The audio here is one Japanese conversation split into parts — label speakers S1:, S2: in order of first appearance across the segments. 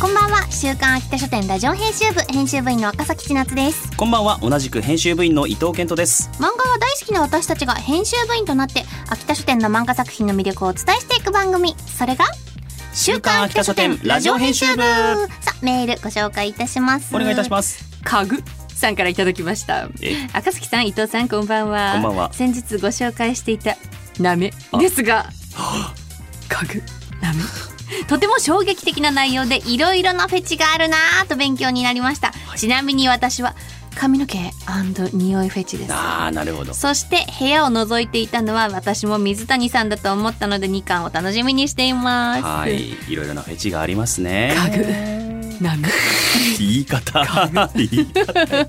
S1: こんばんは週刊秋田書店ラジオ編集部編集部員の赤崎千夏です
S2: こんばんは同じく編集部員の伊藤健人です
S1: 漫画が大好きな私たちが編集部員となって秋田書店の漫画作品の魅力をお伝えしていく番組それが
S2: 週刊秋田書店ラジオ編集
S1: さ
S2: 部
S1: あメールご紹介いたします
S2: お願いいたし
S1: す
S2: ます
S3: 家具さんからいただきました
S2: え
S3: 赤月さん伊藤さんこんばんは
S2: こんばんは
S3: 先日ご紹介していたなめ
S2: あ
S3: ですが家具なめとても衝撃的な内容でいろいろなフェチがあるなぁと勉強になりました、ちなみに私は髪の毛匂いフェチです
S2: あーなるほど
S3: そして部屋を覗いていたのは私も水谷さんだと思ったので2巻を楽しみにしています
S2: はいいろいろなフェチがありますね
S3: 家具なめ
S2: 言い方言い方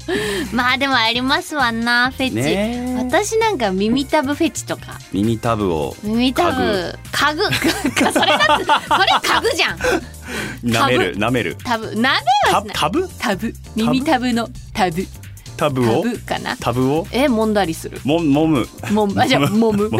S3: まあでもありますわなフェチ、
S2: ね
S3: 私なんか耳たぶフェチとか
S2: 耳タブを
S3: 耳たぶ家具それだってそれ家具じゃん
S2: 舐める舐める
S3: タブ鍋は
S2: タ
S3: しない
S2: タブ
S3: タブ耳たぶのタブ
S2: タブ
S3: タ
S2: を
S3: ブかな
S2: タブを
S3: え揉んだりする
S2: ももむ
S3: もんあじゃあもむ
S2: も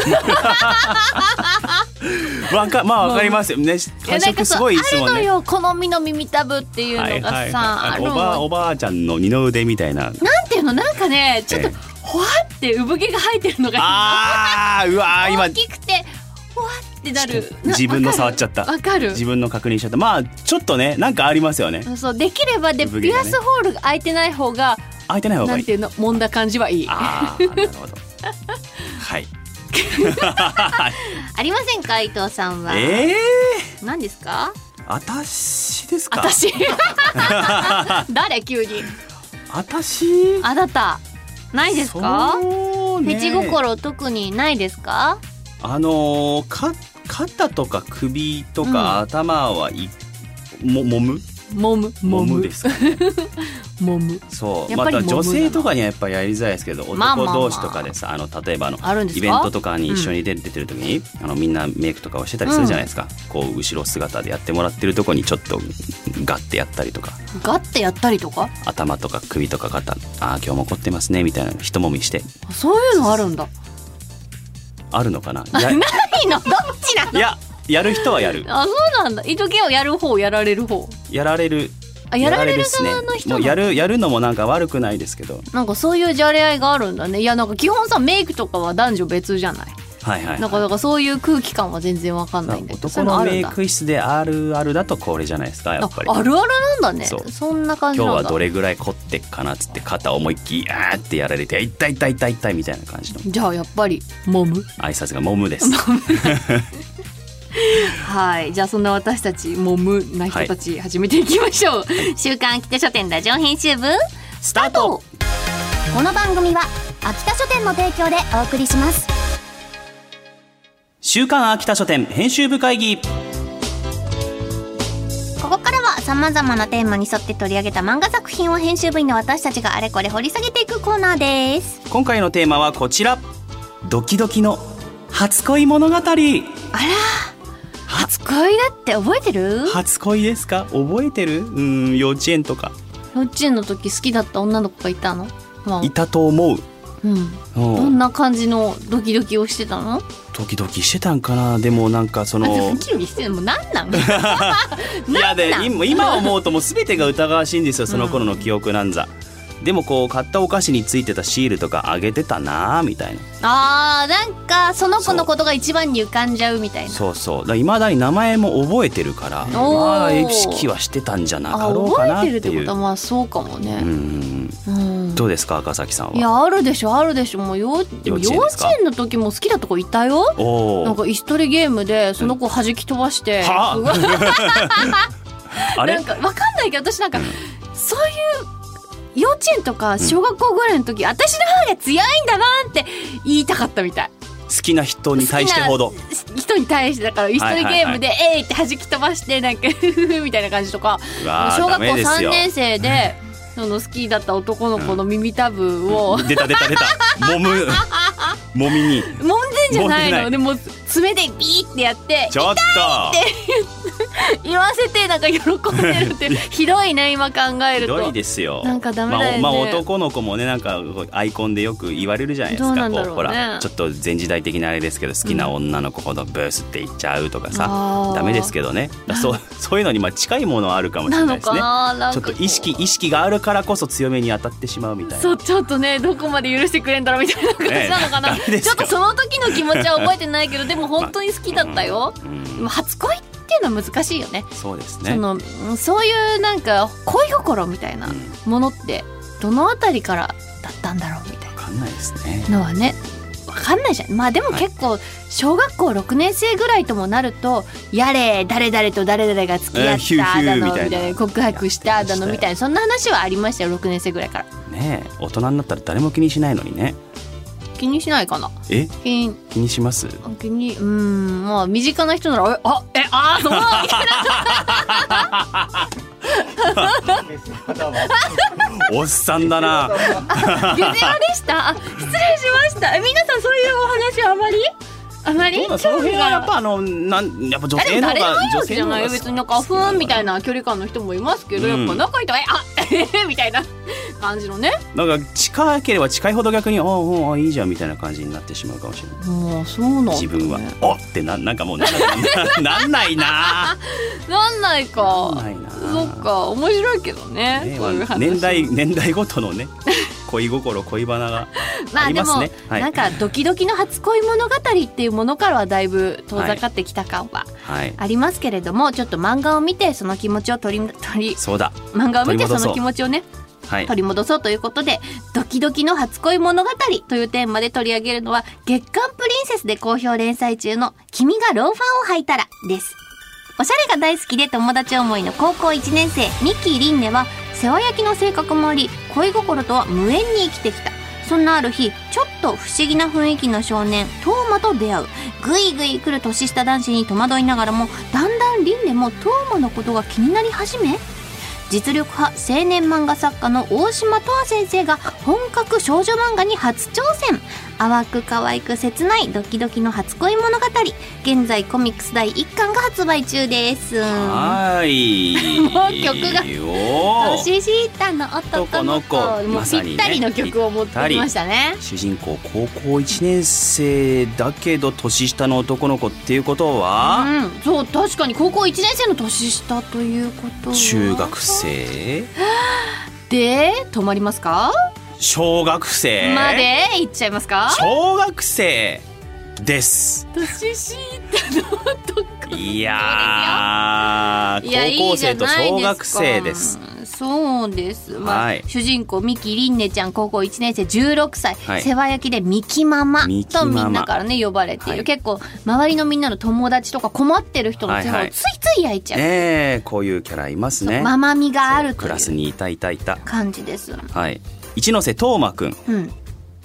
S2: むわかまあわかりますよね
S3: いや
S2: 感
S3: なん
S2: 触
S3: か
S2: す
S3: そう
S2: ごいで
S3: あ
S2: す
S3: る
S2: もん
S3: の
S2: ね
S3: よ好みの耳たぶっていうのがさ、あ
S2: あ
S3: る
S2: のお
S3: の
S2: ばあおばあちゃんの二の腕みたいな
S3: なんていうのなんかねちょっと
S2: ええ
S3: ほわって産毛が生えてるのが
S2: あーうわー今
S3: 大きくてほわってなるな
S2: 自分の触っちゃっ
S3: わ
S2: た
S3: かるわかる
S2: 自分の確認しちゃったまあちょっとねなんかありますよね
S3: そうそうできればで、
S2: 産毛
S3: ピ
S2: が
S3: ア
S2: ね
S3: スホールが開いてない方が
S2: 開いてない方
S3: な
S2: がい
S3: ん
S2: い
S3: ていうの揉んだ感じはいいあ
S2: ああなる ほどはい
S3: りませんか伊藤さんは、
S2: ええ
S3: 何ですか
S2: ー、私ですか
S3: 私 誰急に
S2: 私
S3: あなたないですか
S2: そう
S3: フ
S2: ね
S3: ェチ心特にないですか
S2: あのー、か肩とか首とか、
S3: うん
S2: 頭はいももむ
S3: 揉む
S2: も
S3: 揉
S2: む
S3: む
S2: ですかね
S3: 揉む
S2: そう
S3: やっ
S2: ま
S3: ぱり
S2: た女
S3: もむなの
S2: 性とかにはやっぱやりづらいですけど
S3: まあまあま
S2: 男
S3: あ
S2: 同士とかでさ、あの例えばあの
S3: あるんですか
S2: イベントとかに一緒に出出てる時に、あのみんなメイクとかをしてたりするじゃないですか、こう後ろ姿でやってもらってるとこにちょっとガッてやったりとか
S3: ガッてやったりとか
S2: 頭とか首とか肩ああ今日も怒ってますねみたいなの一もみして
S3: そういうのあるんだ
S2: あるのかな
S3: な
S2: や
S3: いのどっちなの
S2: いややる人はやる
S3: あそうなんだ糸毛をやる方やられる方
S2: やられる
S3: あやられる
S2: っすね
S3: 側の人
S2: もう
S3: なの
S2: やるやるのもなんか悪くないですけど
S3: なんかそういうじゃれ合いがあるんだねいやなんか基本さメイクとかは男女別じゃない
S2: はいはい、はい、
S3: なんかだからそういう空気感は全然わかんないんだけどそ
S2: 男
S3: ういう
S2: の
S3: ある
S2: メ
S3: ん
S2: イ
S3: だ
S2: ク室であるあるだとこれじゃないですかやっぱり
S3: ああるあるなんだね
S2: そ
S3: そうんな感じ
S2: 今
S3: な
S2: 日
S3: んだ
S2: はどれぐらい凝ってっかなっつって肩思いっきりあーってやられて痛い痛い痛い痛いみたいな感じの
S3: じゃあやっぱり揉む
S2: 挨拶がモムです
S3: はいじゃあそんな私たち揉むな人たち始めていきましょう、週刊秋田書店ラジオ編集部
S2: スタート
S1: この番組は秋田書店の提供でお送りします
S2: 週刊秋田書店編集部会議
S1: ここからは様々なテーマに沿って取り上げた漫画作品を編集部員の私たちがあれこれ掘り下げていくコーナーです
S2: 今回のテーマはこちらドキドキの初恋物語
S3: 初恋だって覚えてる
S2: 初恋ですか覚えてるうん幼稚園とか
S3: 幼稚園の時好きだった女の子がいたのまあ
S2: いたと思う
S3: うん
S2: うん
S3: どんな感じのドキドキをしてたの？
S2: ドキドキしてたんかなでもなんかそ
S3: あ
S2: の
S3: ドキドキしてるのもうなん なん？
S2: いやで
S3: なん
S2: 今今思うともう全てが疑わしいんですよその頃の記憶なんざ、でもこう買ったお菓子についてたシールとかあげてたなあみたいな
S3: あーなんかその子のことが一番に浮かんじゃうみたいな。
S2: そうそうだいまだに名前も覚えてるから
S3: おー
S2: まあ意識はしてたんじゃなか
S3: あ
S2: ろうかなっ
S3: 覚
S2: て
S3: えてるっ
S2: い
S3: てこ
S2: う
S3: とはまあそうかも
S2: うんう
S3: ね。
S2: ん
S3: うん。
S2: どうですか赤崎さん
S3: い
S2: は
S3: やあるでしょあるでしょもう幼でも
S2: 幼稚園
S3: 幼
S2: ですか
S3: 稚園の時も好きだとこいたよ。
S2: お
S3: なん
S2: お
S3: か椅子取りゲームでその子弾き飛ばして、
S2: はあ
S3: うわ
S2: あれ
S3: なんかわかんないけど私なんか、そういう幼稚園とか小学校ぐらいの時、私の方が強いんだなって言いたかったみたい
S2: 好きな人に対してほど
S3: 好きな人に対してだから椅
S2: はいはい
S3: 子取
S2: は
S3: り
S2: い
S3: ゲームで「えい!」って弾き飛ばしてなんか「 ふふふ」みたいな感じとか
S2: うわー
S3: 小学
S2: ダ
S3: 校
S2: メです
S3: 3
S2: よ
S3: 年生でその好きだった男の子の耳たぶを
S2: 出た出た出た揉む揉みに
S3: 揉んでんじゃない
S2: 揉
S3: の
S2: ん
S3: でもう爪でビーってやって
S2: ちょっと
S3: 言わせてなんか喜んでるってひどいね今考え
S2: ひ
S3: ると
S2: どいですよ
S3: なんかダメだよね
S2: まあ、おまあ男の子もねなんかこうアイコンでよく言われるじゃないですか
S3: どうなんだろう
S2: こ
S3: ね
S2: うほらちょっと前時代的なあれですけど好きな女の子ほどブースって言っちゃうとかさ、
S3: あー
S2: ダメですけどねだそう そういうのにまあ近いものはあるかもしれ
S3: な
S2: ないで
S3: の
S2: す
S3: か
S2: ね
S3: ななん
S2: ちょ
S3: か
S2: っ
S3: ことう
S2: 意識意識があるからこそ強めに当たってしまうみたいな
S3: そうちょっとねどこまで許してくれんだろうみたいな感じなのか な、
S2: ねえダメです
S3: ちょ
S2: よ
S3: っとその時の気持ちは覚えてないけどでも本当に好きだったよ、
S2: うん
S3: でも初恋っていうのは難しいよね
S2: そうですね
S3: そのうんそういうなんか恋心みたいな
S2: うん
S3: ものってどのあたりからだったんだろうみたい
S2: わかんないですね
S3: なのはねわかんないじゃんまあでも
S2: はい
S3: 結構小学校6年生ぐらいともなると「やれ誰々と誰々が付き合
S2: えーヒュー
S3: った
S2: ヒュー
S3: だの」
S2: みたいな
S3: みたいな告白し
S2: や
S3: ただの
S2: ってましたよ
S3: みたいなそんな話はありましたよ6年生ぐらいから
S2: ねえ大人になったら誰も気にしないのにね
S3: 気にしないかな
S2: え
S3: 気に
S2: 気にします
S3: 気にうんまあ身近な人ならえあえあーそうみ たい
S2: おっさんだな
S3: なゲゼラでしたあ失礼しましたえ皆さんそういうお話あまりあまり
S2: どうだその辺はやっぱあのなんやっぱ女
S3: あで
S2: 性
S3: も
S2: の方
S3: 誰でも
S2: が
S3: いいわ
S2: 女
S3: けじ
S2: 性
S3: ゃ
S2: の
S3: ない
S2: 方
S3: よ
S2: が
S3: 別になんかふーんみたい
S2: な
S3: な距離感の人もいますけど、
S2: うん
S3: やっぱ仲いいとえあえみたいな感じのね
S2: なんか近ければ近いほど逆にああああいいじゃんみたいな感じになってしまうかもしれない
S3: もうそうなんだね
S2: 自分はおってななんかもうなんかなんない な
S3: なんな
S2: な
S3: い
S2: ん
S3: か
S2: ないな
S3: そっか面白いけどね
S2: ね
S3: そういう
S2: まあ
S3: 話
S2: 年代年代ごとのね恋心恋バナが
S3: ま
S2: あ
S3: あ
S2: り
S3: で
S2: ま
S3: も、
S2: すねはい
S3: なんかドキドキの初恋物語っていうものからはだいぶ遠ざかってきた感は
S2: はい
S3: ありますけれども、ちょっと漫画を見てその気持ちを取り取り
S2: そうだ
S3: 漫画を見
S2: 取り
S3: て
S2: 戻そ
S3: そうの気持ちをね
S2: はい
S3: 取り戻そうということで「ドキドキの初恋物語」というテーマで取り上げるのは月刊プリンセスで好評連載中の「君がローファーを履いたら」ですおしゃれが大好きで友達思いの高校1年生ミッキーリンネは世話焼きの性格もあり恋心とは無縁に生きてきたそんなある日ちょっと不思議な雰囲気の少年トーマと出会うぐいぐい来る年下男子に戸惑いながらもだんだんリンネもトーマのことが気になり始め実力派青年漫画作家の大島とわ先生が本格少女漫画に初挑戦淡く可愛く切ないドキドキの初恋物語現在コミックス第1巻が発売中です
S2: はーい
S3: もう曲が
S2: おー
S3: 年下の男の子
S2: 男の子
S3: もう
S2: まさ
S3: ぴ
S2: にね
S3: ったりの曲を持ってきましたね
S2: 主人公高校1年生だけど年下の男の子っていうことは、
S3: うん、そう確かに高校1年生の年下ということは
S2: 中学生
S3: で止まりますか、
S2: 小学生
S3: までいっちゃいますか
S2: 小学生です
S3: 年下の男の子
S2: いや
S3: いや
S2: ー高校生と小学生で。
S3: いいじ
S2: す
S3: ゃないですかそうです、まあ
S2: はい
S3: 主人公ミキリンネちゃん高校1年生16歳、
S2: はい
S3: 世話焼きでミキママ
S2: ミキマ
S3: とみ
S2: マ
S3: んなからね呼ばれている、
S2: はい
S3: 結構周りのみんなの友達とか困ってる人の世
S2: はい
S3: 話
S2: は
S3: を
S2: い
S3: ついつい焼いちゃう、
S2: ねえこういうキャラいます
S3: そう
S2: ね
S3: ママみがあると
S2: ク
S3: い
S2: ラス
S3: う
S2: にいたいたいた
S3: 感じです、
S2: はい一ノ瀬斗真くん
S3: うん、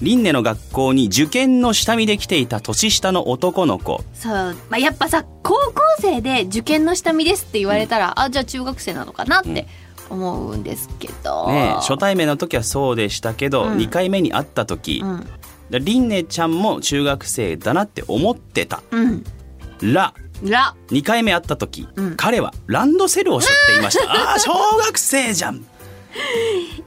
S2: 輪廻の学校に受験の下見で来ていた年下の男の子
S3: そう、まあ、やっぱさ高校生で受験の下見ですって言われたら、あじゃあ中学生なのかなって思うんですけど、
S2: ねえ初対面の時はそうでしたけど、
S3: うん
S2: 2回目に会った時、
S3: うん
S2: りんねちゃんも中学生だなって思ってた
S3: うん
S2: ら
S3: ら
S2: 2回目会った時、
S3: うん
S2: 彼はランドセルを背負っていました ああー小学生じゃん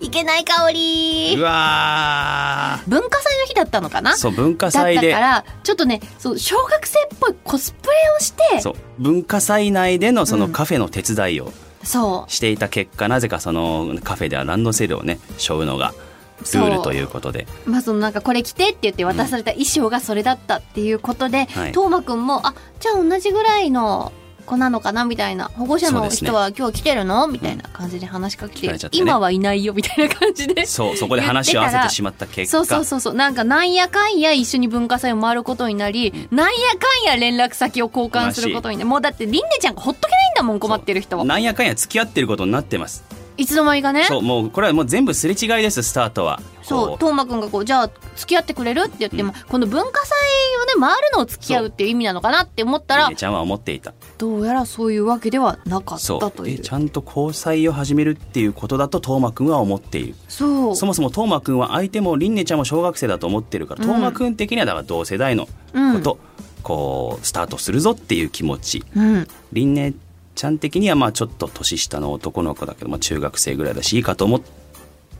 S3: いけない香り
S2: うわ
S3: 文化祭の日だったのかな
S2: ーそう文化
S3: だっ
S2: 祭
S3: た
S2: で
S3: からちょっとねそう小学生っぽいコスプレをしてそ
S2: そう文化祭内でのそうの
S3: ん
S2: カフェの手伝いを
S3: う
S2: していた結果、なぜかそのカフェではランドセルをね背負うのがル
S3: そう
S2: ールということで
S3: まあそのなんかこれ着てって言って渡された衣装がそれだったっていうことで、
S2: はい
S3: トーマくんもあじゃあ同じぐらいの子なのかなみたいな保護者
S2: そう
S3: の
S2: ですね
S3: 人は今日来てるのみたいな感じで話しかけて、
S2: 聞かれちゃってね
S3: 今はいないよみたいな感じで
S2: そうそこで話を合わせてしまった結果
S3: そうそうそうそうなんかなんやかんや一緒に文化祭を回ることになり、なんやかんや連絡先を交換することになりもうだってりんねちゃんがほっとけないんだもん困ってる人は
S2: なんやかんや付き合ってることになってます
S3: いつの間にかね
S2: そうもうこれはもう全部すれ違いですスタートは
S3: そう
S2: こ
S3: トーマくんがこうじゃあ付き合ってくれるって言っても、この文化祭をね回るのを付き合うっていう意味なのかなって思ったら
S2: みねちゃんは思っていた
S3: どうやらそういうわけではなかっ
S2: そ
S3: た
S2: う
S3: とい
S2: で
S3: う
S2: ちゃんと交際を始めるっていうことだとトーマくんは思っている
S3: そう
S2: そもそもトーマくんは相手もりんねちゃんも小学生だと思ってるから、
S3: うん
S2: トーマくん的にはだから同世代の
S3: うん
S2: こと、こうスタートするぞっていう気持ち
S3: うん
S2: りんねちゃん的にはまあちょっと年下の男の子だけど、まあ、中学生ぐらいだしいいかと思って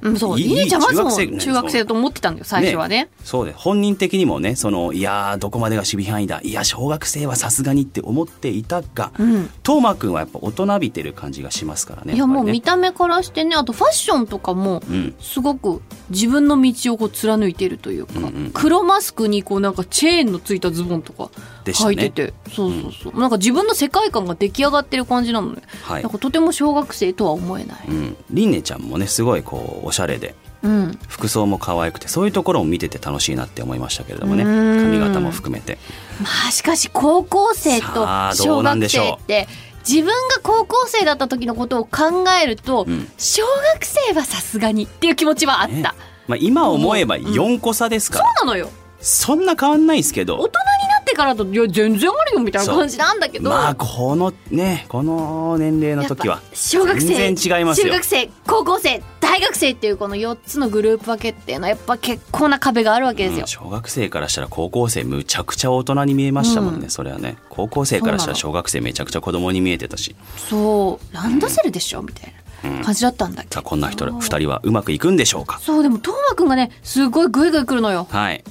S3: うん、そう
S2: いい
S3: りねちゃんはそう
S2: 中学生
S3: 中学生だと思ってたんだよ最初はね
S2: そうで本人的にもねそのいやーどこまでが守備範囲だいや小学生はさすがにって思っていたが、
S3: うん
S2: トーマくんはやっぱ大人びてる感じがしますからね
S3: いや
S2: っぱ
S3: も
S2: り
S3: う
S2: ね
S3: 見た目からしてねあとファッションとかも
S2: うん
S3: すごく自分の道をこう貫いているというか、
S2: うんうん
S3: 黒マスクにこうなんかチェーンのついたズボンとか
S2: でした
S3: 履
S2: ね
S3: いてて、そうそうそう、なんか自分の世界観が出来上がってる感じなのね、
S2: はい
S3: なんかとても小学生とは思えない、
S2: うん、りんねちゃんもねすごいこうおしゃれで
S3: うん、
S2: 服装も可愛くてそういうところも見てて楽しいなって思いましたけれどもね
S3: うん
S2: 髪型も含めて
S3: まあしかし高校生と
S2: さあど
S3: 小
S2: うなん
S3: 学
S2: でしょう
S3: 生って自分が高校生だった時のことを考えると、
S2: うん
S3: 小学生はさすがにっていう気持ちはあった、
S2: ねまあ、今思えば4個差ですから、
S3: そうなのよ
S2: そんな変わんないですけ
S3: 大
S2: ど
S3: 人になってからだといや全然あるよみたいな感じなんだけど、
S2: まあこのねこの年齢の時
S3: や
S2: は
S3: っぱ小学生
S2: 全然違いますよ
S3: 中学生高校生大学生っていうこの4つのグループ分けっていうのはやっぱ結構な壁があるわけです
S2: う
S3: よ
S2: ん、小学生からしたら高校生むちゃくちゃ大人に見えましたもんね、
S3: うん
S2: それはね高校生からしたら小学生めちゃくちゃ子供に見えてたし
S3: そうランドセルでしょみたいな感じだったんだけど、
S2: さあこんな人
S3: そう
S2: 2人はうまくいくんでしょうか
S3: そうでもトーマくんがねすごいグイグイ来るのよ、
S2: はい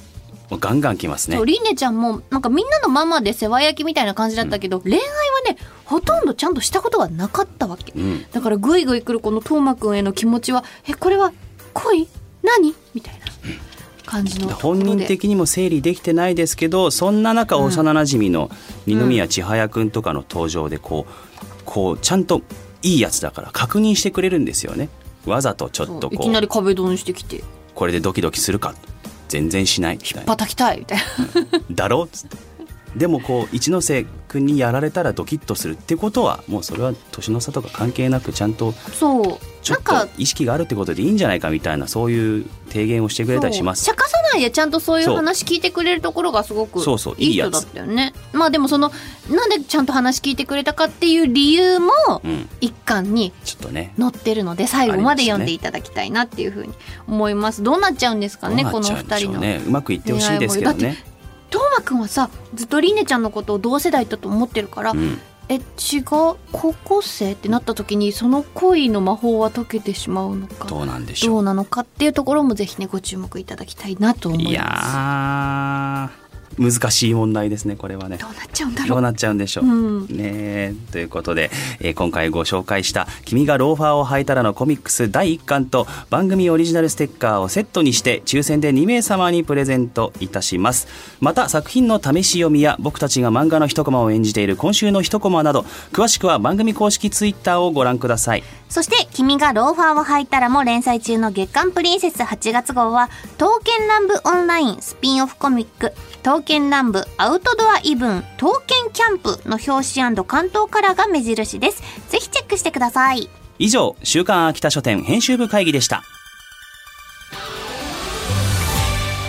S2: もうガンガン来ますね
S3: そうりんねちゃんもなんかみんなのママで世話焼きみたいな感じだったけど、恋愛はねほとんどちゃんとしたことがなかったわけ、
S2: うん
S3: だからグイグイ来るこのトーマくんへの気持ちはえこれは恋何みたいな感じのところ
S2: 本
S3: で
S2: 人的にも整理できてないですけどそんな中幼なじみの二宮千早くんとかの登場でこうこうちゃんといいやつだから確認してくれるんですよねわざとちょっ
S3: そ
S2: と
S3: うい
S2: こ
S3: きな
S2: う
S3: り壁ドンしてきて
S2: これでドキドキするか全然しないみたいな
S3: 叩きたいみたいな
S2: だろっつってでもこう一ノ瀬君にやられたらドキッとするってことはもうそれは年の差とか関係なくちゃんと
S3: そう
S2: ちょ
S3: な
S2: っ
S3: ん
S2: と
S3: か
S2: 意識があるってことでいいんじゃないかみたいなそういう提言をしてくれたりします
S3: そう茶化さないでちゃんとそういう
S2: そう
S3: 話聞いてくれるところがすごく
S2: そうそう
S3: い
S2: いい
S3: い
S2: や
S3: 人
S2: つ
S3: だったよねまあでもそのなんでちゃんと話聞いてくれたかっていう理由も
S2: うん
S3: 一巻に
S2: ちょっとね
S3: 載ってるので最
S2: あ
S3: 後まで
S2: りましたね
S3: 読んでいただきたいなっていうふうに思いますどうなっちゃうんですかね
S2: ど
S3: こ
S2: う
S3: の
S2: なっちゃうんで
S3: 二
S2: しょ
S3: 人
S2: う
S3: の
S2: ねうまくいってほしいですけどね
S3: トーマくんはさずっとりねちゃんのことを同世代だと思ってるから、
S2: うん
S3: え違う高校生ってなった時にその恋の魔法は解けてしまうのか
S2: どうなんでし
S3: ど
S2: ょ
S3: う
S2: う
S3: なのかっていうところもぜひねご注目いただきたいなと思います
S2: いやー難しい問題ですねこれはね
S3: どうなっちゃうんだ
S2: ど
S3: ろ
S2: う
S3: う
S2: なっちゃうんでしょう、
S3: うん
S2: ねえということで、えー今回ご紹介した「君がローファーを履いたら」のコミックス第1巻と番組オリジナルステッカーをセットにして抽選で2名様にプレゼントいたしますまた作品の試し読みや僕たちが漫画の一コマを演じている今週の一コマなど詳しくは番組公式ツイッターをご覧ください
S1: そして、君がローファーを履いたらも連載中の月刊プリンセス8月号は、刀剣乱舞オンラインスピンオフコミック、刀剣乱舞アウトドアイブン、刀剣キャンプの表紙関東カラーが目印です。ぜひチェックしてください。
S2: 以上「週刊秋田書店編集部会議」でした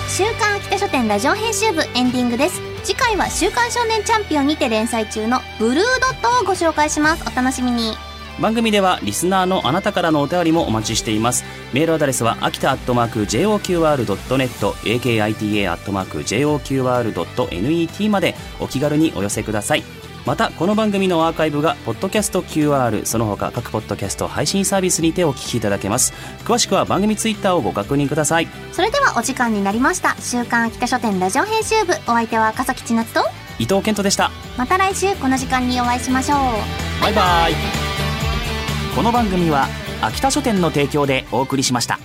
S1: 週刊秋田書店ラジオ編集部エンディングです。次回は週刊少年チャンピオンにて連載中のブルードットをご紹介します。お楽しみに。
S2: 番組ではリスナーのあなたからのお便りもお待ちしていますメールアドレスは秋田アットマーク JOQR.net akita アットマーク JOQR.net までお気軽にお寄せくださいまたこの番組のアーカイブがポッドキャスト QR その他各ポッドキャスト配信サービスにてお聞きいただけます詳しくは番組ツイッターをご確認ください
S1: それではお時間になりました。週刊秋田書店ラジオ編集部。お相手は赤崎千夏と、
S2: 伊藤健人でした
S1: また来週この時間にお会いしましょう。
S2: バイバイこの番組は秋田書店の提供でお送りしました